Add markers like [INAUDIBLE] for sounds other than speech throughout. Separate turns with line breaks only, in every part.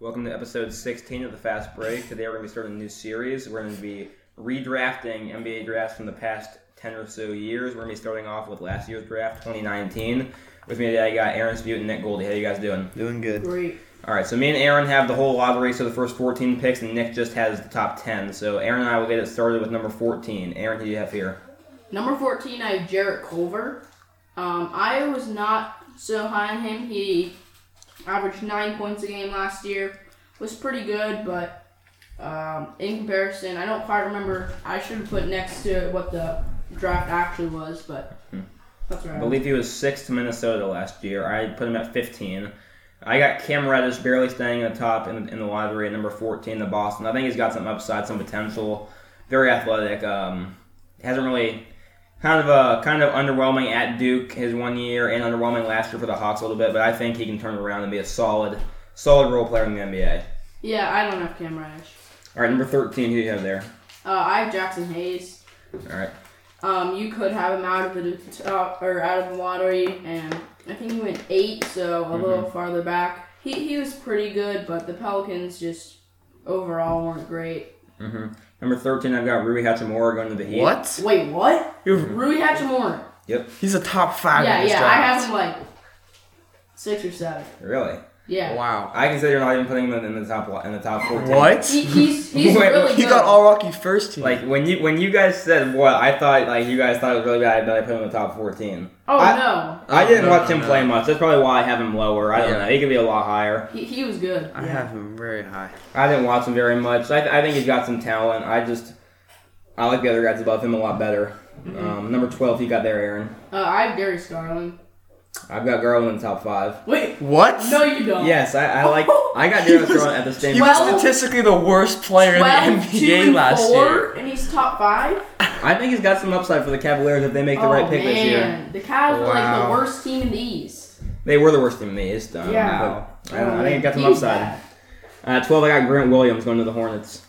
Welcome to episode 16 of the Fast Break. Today we're going to be starting a new series. We're going to be redrafting NBA drafts from the past 10 or so years. We're going to be starting off with last year's draft, 2019. With me today, I got Aaron Spute and Nick Goldie. How you guys doing?
Doing good.
Great.
All right, so me and Aaron have the whole lottery, so the first 14 picks, and Nick just has the top 10. So Aaron and I will get it started with number 14. Aaron, who do you have here?
Number 14, I have Jarrett Culver. Um, I was not so high on him. He averaged nine points a game last year. Was pretty good, but um, in comparison, I don't quite remember. I should have put next to what the draft actually was, but that's
I
right.
believe he was sixth to Minnesota last year. I put him at 15. I got Cam Reddish barely staying in the top in, in the lottery at number 14 to Boston. I think he's got some upside, some potential. Very athletic. Um, hasn't really kind of uh, kind of underwhelming at Duke his one year and underwhelming last year for the Hawks a little bit, but I think he can turn it around and be a solid solid role player in the NBA.
Yeah, I don't have Cam Reddish.
All right, number 13, who do you have there?
Uh, I have Jackson Hayes.
All right.
Um, you could have him out of the top or out of the lottery, and I think he went eight, so a
Mm-hmm.
little farther back. He he was pretty good, but the Pelicans just overall weren't great.
hmm Number 13, I've got Rui Hachimura going to the Heat.
Mm-hmm. What?
Wait, what?
You're,
Rui Hachimura?
he's a top five.
yeah,
in this
yeah, I
draft.
have him like six or seven.
Really?
Yeah,
Wow.
I consider not even putting him in the top in the top 14.
What? He,
he,
[LAUGHS]
he's he's
Wait,
really good.
got all Rocky first team.
Like when you when you guys said what I thought like you guys thought it was really bad that I put him in the top fourteen.
oh
I-
no,
I didn't
no,
watch
no,
him
no.
play much. That's probably why I have him lower. I don't
Yeah.
know. He could be a lot higher.
he, he was good.
I
Yeah.
have him very high.
I didn't watch him very much. I, th- I think he's got some talent. I just I like the other guys above him a lot better.
Mm-hmm.
Um, number twelve, you got there, Aaron.
Uh, I have Darius Garland.
I've got Garland in the top five.
Wait,
What?
no, you don't.
Yes, I, I like. I
[LAUGHS]
got
He
Darius
was-
Garland at the same.
He was
Well-
statistically the worst player in the
12, two,
NBA
and
last
four,
year.
and he's top five.
I think he's got some upside for the Cavaliers if they make the right pick
Oh, man.
this year.
The Cavs were like
Wow.
the worst team in the East.
They were the worst team in the East. Um,
Yeah.
but I, don't, know. I think it got some
He's
upside.
bad.
Uh, Twelve, I got Grant Williams going to the Hornets.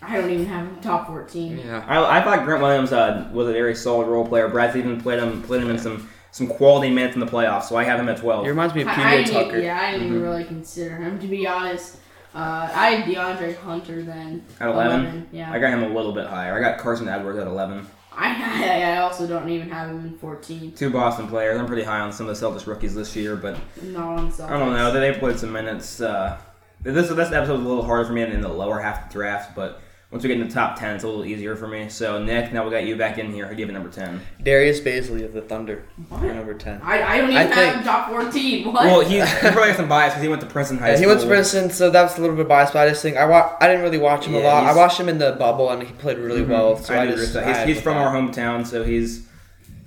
I don't even have him top 14.
Yeah.
I, I thought Grant Williams uh, was a very solid role player. Brad Stevens played him played him in some some quality minutes in the playoffs, so I have him at twelve.
He reminds me of
I, I
PJ
didn't,
Tucker.
Yeah, I didn't even
Mm-hmm.
really consider him, to be honest. Uh, I had DeAndre Hunter then.
At 11?
yeah.
I got him a little bit higher. I got Carson Edwards at eleven.
I, [LAUGHS] I, I also don't even have him in 14.
Two Boston players. I'm pretty high on some of the Celtics rookies this year, but
Not on Celtics.
I don't know. They they played some minutes. Uh, this this episode was a little harder for me in the lower half of the draft, but once we get in the top ten, it's a little easier for me. So Nick, now we got you back in here. Who do you have at number ten?
Darius Baisley of the Thunder,
What?
number ten.
I, I don't even
I
have
think-
him top 14. What?
Well, he, [LAUGHS] he probably has some bias because he went to Princeton High
Yeah,
School.
he went to Princeton, so that was a little bit biased. But I just think I wa- I didn't really watch him
Yeah,
a lot. I
he's-
watched him in the bubble, and he played really well. So Mm-hmm.
Mm-hmm. I
I,
do agree with
just
that.
I had
He's, he's
him
from
at
our hometown, so he's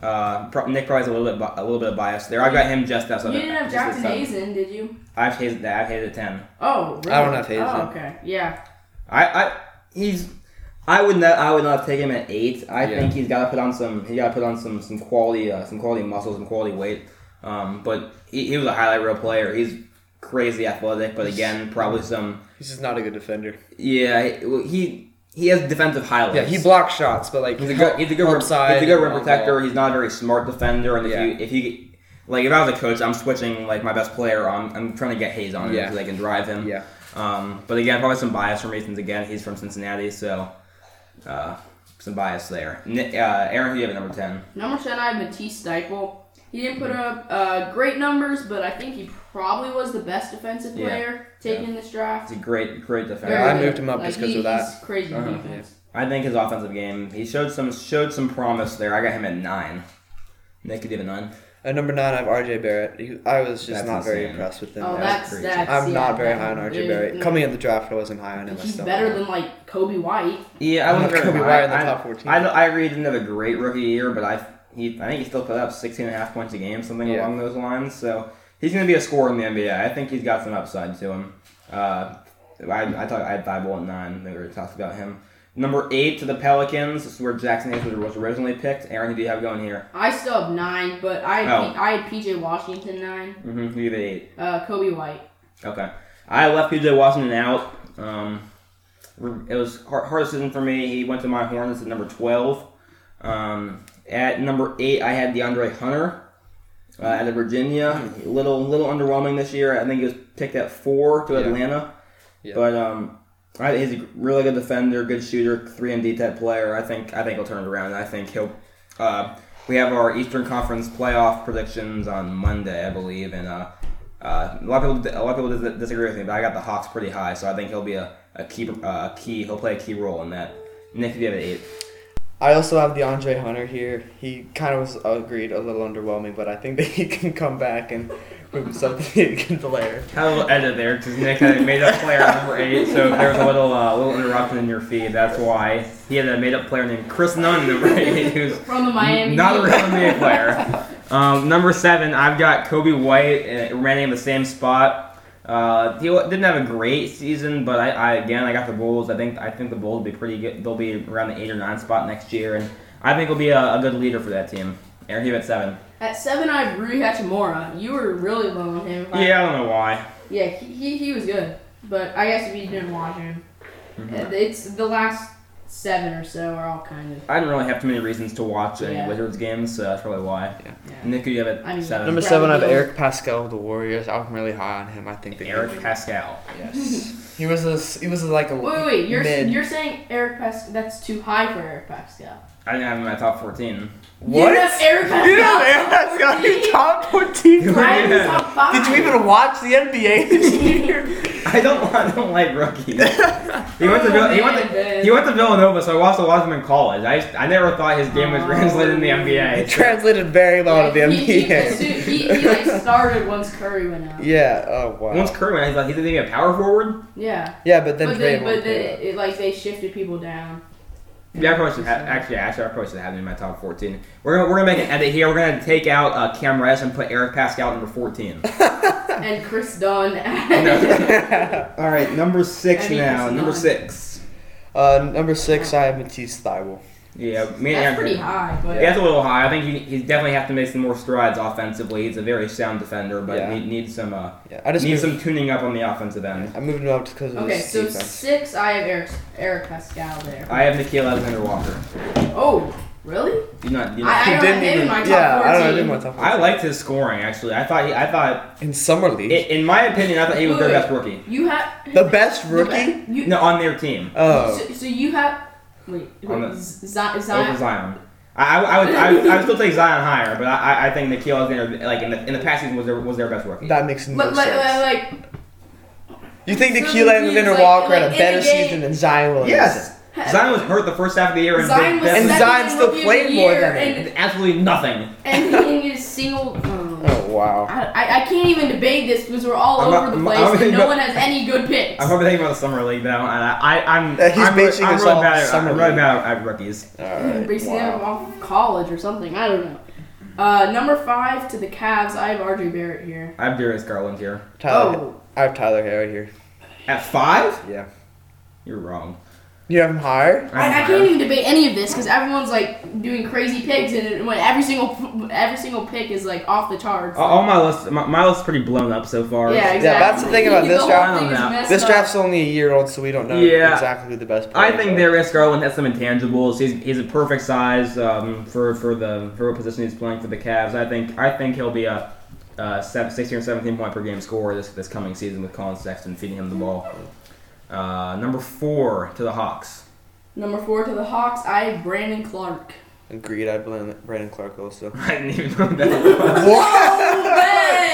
uh, pro- Nick probably has a little bit bi- a little bit of bias there. I've got him just outside.
you didn't have
just outside.
Jackson Hayes in, did you?
I've hated that. I've hated ten.
Oh, really?
I don't have Hayes in.
Oh, okay. Yeah.
I, I he's I would not I would not take him at eight. I
Yeah.
think he's got to put on some he got to put on some some quality uh, some quality muscle some quality weight. Um, but he, he was a highlight reel player. He's crazy athletic, but again probably some
He's just not a good defender.
yeah he well, he, he has defensive highlights.
Yeah, he blocks shots, but like
He's a good, he's a good, rim,
help
he's
side,
a good rim
long
protector.
ball.
He's not a very smart defender. And if
Yeah.
you, if he, like, if I was a coach, I'm switching like my best player. I'm, I'm trying to get Hayes on him
Yeah.
so they can drive him.
[LAUGHS] Yeah,
Um, but again, probably some bias from reasons. Again, he's from Cincinnati, so uh, some bias there. Ni- uh, Aaron, who do you have at number ten?
Number 10, I have Matisse Stiefel. He didn't put up uh, great numbers, but I think he probably was the best defensive
Yeah.
player taken in this draft.
He's a great, great defender.
Very
I
good.
moved him up just 'cause
he-
of that.
He's crazy
Uh-huh.
defense.
I think his offensive game. He showed some showed some promise there. I got him at nine. Nick, you have a nine.
at number nine, I have RJ Barrett. He, I was just
That's
not very
insane.
impressed with him.
Oh,
That's-
that's
crazy.
that's.
I'm
yeah,
not very
that-
high on RJ
dude,
Barrett.
mm.
Coming in the draft, I wasn't high on him. I
He's
still
better
am.
than like Kobe White.
Yeah, I
I'm
wasn't
not
very
Kobe
high.
Bryant in the
I-
top 14.
I, I agree he didn't have a great rookie year, but I he I think he still put up 16 and a half points a game, something
Yeah.
along those lines. So he's going to be a scorer in the NBA. I think he's got some upside to him. Uh, I I thought I had five one nine. They were talked about him. Number eight to the Pelicans. This is where Jackson Hayes was originally picked. Aaron, who do you have going here?
I still have nine, but I
Oh.
had P- I had PJ Washington nine,
Mm-hmm. Who do you have at eight?
uh, Kobe White.
Okay. I left PJ Washington out. Um, it was hard, hard decision for me. He went to my Hornets at number 12. Um, at number 8, I had DeAndre Hunter uh, out of Virginia. A little little underwhelming this year. I think he was picked at 4 to
Yeah.
Atlanta.
Yeah.
But um, I, he's a really good defender, good shooter, three and D type player. I think I think he'll turn it around. I think he'll. Uh, we have our Eastern Conference playoff predictions on Monday, I believe, and uh, uh, a lot of people a lot of people dis- disagree with me, but I got the Hawks pretty high, so I think he'll be a, a key uh, a key. He'll play a key role in that. Nick, you have an eight.
I also have DeAndre Hunter here. He kind of was agreed a little underwhelming, but I think that he [LAUGHS] can come back and prove something to the player.
Had a little edit there because Nick had a made up player at number eight, so if there was a little uh, little interruption in your feed. That's why he had a made up player named Chris Nunn, number eight, who's
From the Miami.
not a
Heat.
real NBA
[LAUGHS]
player. Um, number seven, I've got Kobe White uh, running in the same spot. Uh, he wa- didn't have a great season, but I, I again I got the Bulls. I think I think the Bulls will be pretty good. They'll be around the eight or nine spot next year, and I think he'll be a, a good leader for that team. Aaron, you at seven.
At seven, I have Rui Hachimura. You were really low on him. If I-
Yeah, I don't know why.
Yeah, he, he, he was good. But I guess if you didn't watch him,
Mhm.
Uh, it's the last seven or so are all kind of.
I didn't really have too many reasons to watch any
Yeah.
Wizards games, so that's probably why.
Yeah.
Nick, who do you have at
I mean,
seven?
Number
Bradley
seven, I have
Beal.
Eric Pascal of the Warriors. I'm really high on him. I think that he-
Eric Pascal.
[LAUGHS]
Yes. he was a. He was a, like a.
Wait, wait, wait, you're
mid.
you're saying Eric Pascal? That's too high for Eric Pascal.
I didn't have him in my top 14.
what?
You have Eric Pascal.
You don't have Eric Pascal. You top fourteen.
[LAUGHS]
You
I'm
Yeah.
top five.
Did you
[LAUGHS]
even watch the NBA this year?
[LAUGHS] I don't, I don't like rookies. [LAUGHS] he, went to,
Oh,
Vill- he,
man,
went to,
Ben.
he went to Villanova, so I watched a lot of him in college. I, just- I never thought his game was
Oh.
translated in the
It
NBA.
translated very well to the
He- He, he,
NBA.
he,
[LAUGHS]
he, like started once Curry went out.
yeah. Oh wow.
Once Curry went, I thought he's going to be a power forward.
Yeah.
yeah, but then
but then,
Draymond
but
came
then,
up.
it, like they shifted people down.
Yeah, I probably should have, actually, actually, I probably should have him in my top 14. We're going to we're gonna make an edit here. We're going to take out uh, Cam Reddish and put Eric Pascal at number 14.
and Chris
[LAUGHS]
Dunn. [LAUGHS]
All right, number six
I mean,
now.
it's
Number
not.
six.
[LAUGHS] uh, number six, I have Matisse Thybulle.
Yeah, me and Aaron.
That's pretty high, but
Yeah, that's a little high. I think he, he definitely has to make some more strides offensively. He's a very sound defender, but
Yeah.
need, needs some uh,
Yeah, I just
needs
moved,
some tuning up on the offensive end.
I moved him up because of
okay.
his
So
defense.
six, I have Eric Eric Pascal there.
I have Nikhil Alexander Walker.
oh, really?
You not, you
I-
not,
He
don't have him in my top
yeah, I don't have
14.
him in my top
I,
14.
liked his scoring actually. I thought he, I thought
in summer league.
i in my opinion I thought he was their
Wait,
best rookie.
You have
the best
the
rookie.
be- You,
No, on their team
Oh,
So, so you have wait,
On
wait
the-
Z- Zion.
over Zion. I, I, I would I, would- I would still take Zion higher, but I, I- I think Nikhil Alexander like in the in the past season was their was their best rookie.
that makes no
But like,
sense.
like, like,
you think
so
the Keelan
he's
Alexander
like-
Walker
like
had
in
a
the
better
game-
season than Zion Williams?
yes, Zion was hurt the first half of the year and
Zion was
And
second
definitely-
Zion still
rookie of the
played more
year,
than him.
and,
absolutely nothing.
and he is single. Oh,
Oh wow.
I, I- I can't even debate this because we're all
I'm not-
over the
I'm-
place
I'm
and
thinking
no
[LAUGHS] about-
one has any good picks.
I'm probably thinking about the summer league though, and I, I I'm
Yeah, he's
I'm, really-
basing
I'm
us
really
off
bad at,
summer
I'm really
league.
bad at rookies.
All
[LAUGHS] Basing them
wow.
off of college or something. I don't know. Uh, number five to the Cavs. I have RJ Barrett here.
I have Darius Garland here
Tyler,
Oh,
I have Tyler Harry here.
at five.
Yeah.
You're wrong. Oh
You have him higher?
I'm
I, I
higher.
can't even debate any of this because everyone's like doing crazy picks, and it- when every single every single pick is like off the charts.
All- All my list, my, my list's pretty blown up so far.
yeah, exactly.
that's the thing
[LAUGHS]
about this
whole
draft.
thing is
I don't know.
messed
This
up.
draft's only a year old, so we don't know
Yeah.
exactly who the best player
I think
they're
Darius Garland has some intangibles. He's, he's a perfect size um, for for the for what position he's playing for the Cavs. I think I think he'll be a. Uh, seven, 16 or 17 point per game scorer this this coming season with Colin Sexton feeding him the ball. Uh, number four to the Hawks. [LAUGHS]
Number four to the Hawks. I have Brandon [LAUGHS] Clark.
Agreed, I blame Brandon Clark also.
I didn't even know who that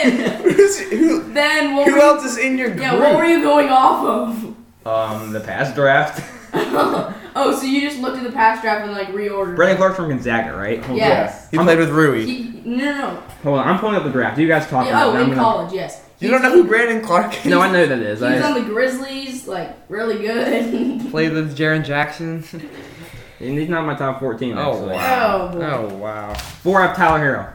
was.
Oh, Ben!
[LAUGHS] Who's- who,
ben, what
who
were
else is in your
You,
group?
yeah, what were you going off of? [LAUGHS]
Um, the past draft.
oh, so you just looked at the past draft and like reordered.
Brendan Clark from Gonzaga, right? Hold
Yeah.
on.
Yes.
He played with Rui.
He, no, no, no.
Hold on, I'm pulling up the draft. You guys talk
Yeah,
about
oh,
it.
in
I'm gonna-
college, yes.
you don't know who Brandon Clark is?
No, I know who that is.
He was
I,
on the Grizzlies, like really good.
[LAUGHS]
[LAUGHS]
Played with Jaron Jackson.
and he's not in my top 14,
Oh,
actually.
oh boy.
[LAUGHS] oh, wow.
Four, I have Tyler Hero.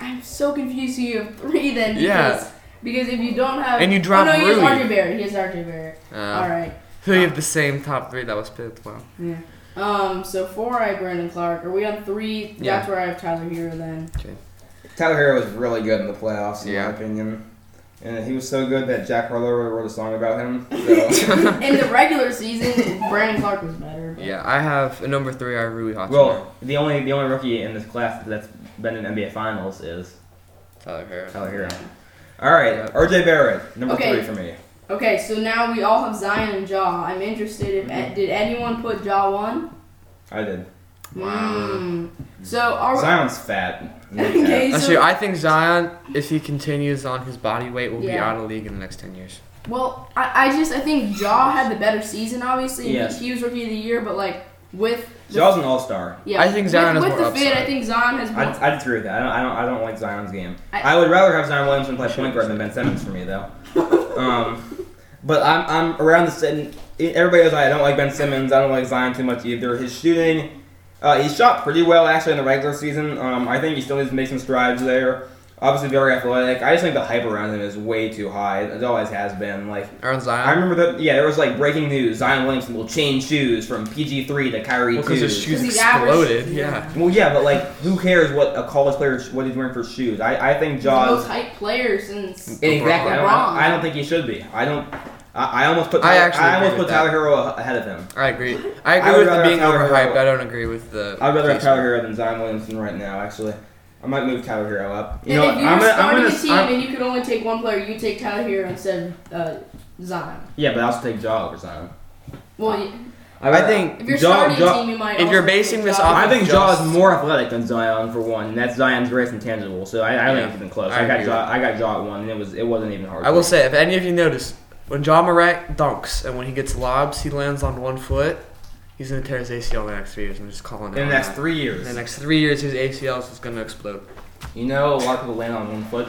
I'm so confused. who You have three then. Because,
Yeah.
Because if you don't have
And you dropped
oh, no, he
Rui.
has RJ Barrett. He has RJ Barrett. All
Uh,
right.
so you have the same top three that was picked. [LAUGHS] Wow.
Um. So four, I have Brandon Clark. Are we on three?
Yeah.
That's where I have Tyler Hero then.
Tyler Hero was really good in the playoffs, in
Yeah.
my opinion. And he was so good that Jack Harlow wrote a song about him. So.
In the regular season, [LAUGHS] Brandon Clark was better. but-
Yeah, I have uh, number three. I have Rui Hachimura.
well, the only the only rookie in this class that's been in NBA Finals is
Tyler Harris.
Tyler Hero. All right,
Yeah.
RJ Barrett, number
Okay.
three for me.
Okay, so now we all have Zion and Jaw. I'm interested if did anyone put Jaw one?
I did.
Mm. So are
Zion's
[LAUGHS]
fat.
Okay.
That's
So-
true. I think Zion, if he continues on his body weight, will be
Yeah.
out of the league in the next ten years.
well, I, I just I think Jaw had the better season. Obviously,
Yes.
he was rookie of the year, but like with the,
Zion's an all star.
yeah,
I think Zion
with,
has
with
more
the fit,
upside.
I think Zion has
I,
more.
I disagree with that. I don't, I don't. I don't like Zion's game.
I-
I, would rather have Zion Williamson play point guard than Ben Simmons for me though. um, but I'm I'm around the same. Everybody knows I don't like Ben Simmons. I don't like Zion too much either. His shooting, uh, he shot pretty well actually in the regular season. Um, I think he still needs to make some strides there. Obviously very athletic. I just think the hype around him is way too high. It always has been. Like
Around
I
Zion,
remember that. Yeah, there was like breaking news: Zion Williamson will change shoes from PG three to Kyrie
because
two.
his shoes
'Cause he's average.
exploded.
Yeah.
Yeah.
Well, yeah, but like, who cares what a college player what he's wearing for shoes? I, I think
He's the most
Jaws.
hype players since
Exactly. I don't,
LeBron.
I don't think he should be. I don't. I, I almost put.
I
Tyler, I,
actually
almost
agree
put
with
Tyler Hero a- ahead of him.
I [LAUGHS] agree. I
would
agree with
rather
the being
have Tyler
overhyped.
Hero.
I don't agree with the.
I'd rather have
Jason.
Tyler Hero than Zion Williamson right now. Actually, I might move Tyler Hero up. You
and
know,
if
what,
you
I'm
were
gonna, I'm
starting
gonna.
a team
I'm-
and you could only take one player, you take Tyler Hero instead of uh, Zion.
yeah, but I'll still take Jaw over Zion.
Well, you-
I think
if you're
Jaw-
starting
Jaw-
a team, you might.
if
also
you're
take
basing this
Jaw.
off
I think
Just-
Jaw is more athletic than Zion for one. and That's Zion's greatest intangible. So I, I don't
Yeah.
think it's even close.
I
I, got
agree.
Jaw. I got Jaw at one, and it was it wasn't even hard.
I will say, if any of you notice, when John Morant dunks and when he gets lobs, he lands on one foot. He's gonna tear his ACL in the next three years. I'm just calling it.
in
out
the next
now.
three years.
In the next three years, his ACL is just gonna explode.
You know, a lot of people land on one foot.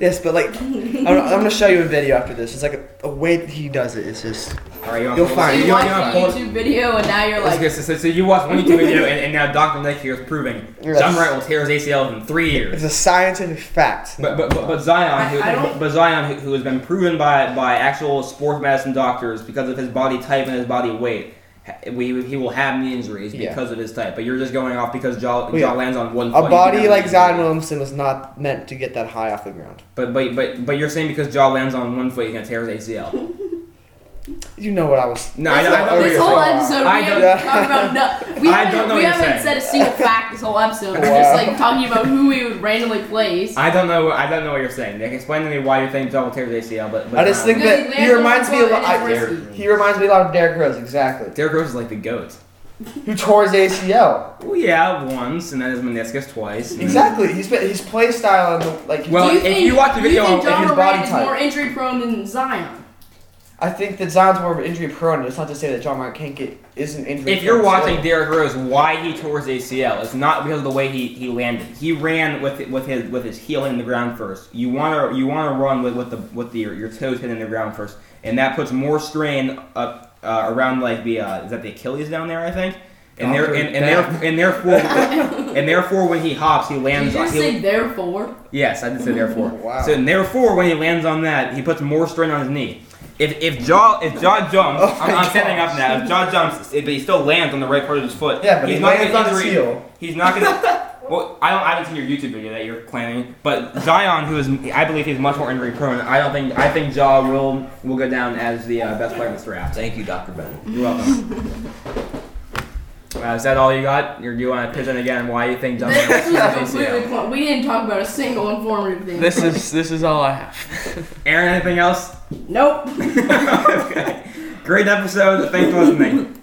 Yes, but like, I'm, I'm gonna show you a video after this. It's like a, a way that he does it. It's just
All right, you wanna
You'll
pull-
So
find-
you
you
wanna-
watched
you wanna
the
pull-
YouTube video and now you're
Let's
like,
get- so, so you watch one [LAUGHS] YouTube video, and, and now Dr. Nick here is proving
Yes.
John Wright will tear his ACL in three
it's
years.
a scientific fact.
But, but, but, but Zion, who,
I- I don't-
but Zion, who, who has been proven by, by actual sports medicine doctors because of his body type and his body weight, ha- we, he will have knee injuries
Yeah.
because of his type. But you're just going off because Jaw,
Well,
Jaw
yeah.
lands on one. foot,
A
he
body
can-
like Zion Williamson was not meant to get that high off the ground.
But but but but you're saying because Jaw lands on one foot, he's gonna tear his ACL. [LAUGHS]
You know what I was.
No, I, know- I, know what
"Oh, this
you're
whole
saying.
episode
I
we
don't-
haven't talked about no, we
I
haven't,
don't know
we
what you're saying.
haven't said a single fact this whole episode. We're
Wow.
just like talking about who we would randomly place.
I don't know. I don't know what you're saying. Nick, explain to me why you think Jaw will tear his ACL. But, but
I just
Zion-
think
Because
that
he
he
lands
reminds
on
me a
his
lot.
foot and it's
I-
risky.
He reminds me a lot of Derrick Rose, exactly.
Derrick Rose is like the goat.
Who tore his ACL?
Well, yeah, once, and then his meniscus twice. and then-
Exactly. He's been, his play style and the, like.
Well,
do you
if
think,
you watch the video
do you think
of
John
his
Morant
body
is
type.
more injury prone than Zion?
I think that Zion's more of an injury prone. and It's not to say that John Morant can't get isn't injury.
If you're
prone
watching
still.
Derrick Rose, why he tore his ACL, it's not because of the way he, he landed. He ran with with his with his heel hitting the ground first. You wanna you wanna run with, with the with the, your, your toes hitting the ground first, and that puts more strain up uh, around like the uh, is that the Achilles down there I think, and there and, and, there, and therefore
[LAUGHS]
and therefore when he hops he
Did you
lands on
just
he,
say therefore?
Yes, I did say therefore.
Wow.
So therefore, when he lands on that, he puts more strain on his knee. If if jaw if jaw jumps,
[LAUGHS] Oh
I'm,
my
I'm standing
gosh.
up now. If jaw jumps, it- but he still lands on the right part of his foot.
Yeah, but
he's
he
not
lands
gonna
on his
injury-
heel.
He's not
[LAUGHS]
gonna. Well, I don't. I haven't seen your YouTube video that you're claiming, but Zion, who is, I believe, he's much more injury prone. I don't think. I think Jaw will will go down as the uh, best player in this draft.
Thank you, Dr. Ben.
You're welcome. uh, is that all you got? Or do you want to pitch in again why you think John?
[LAUGHS]
This was completely point. We didn't talk about a single informative thing.
This is this is all I have. [LAUGHS]
Aaron, anything else? [LAUGHS]
nope.
okay. Great episode. Thanks for listening.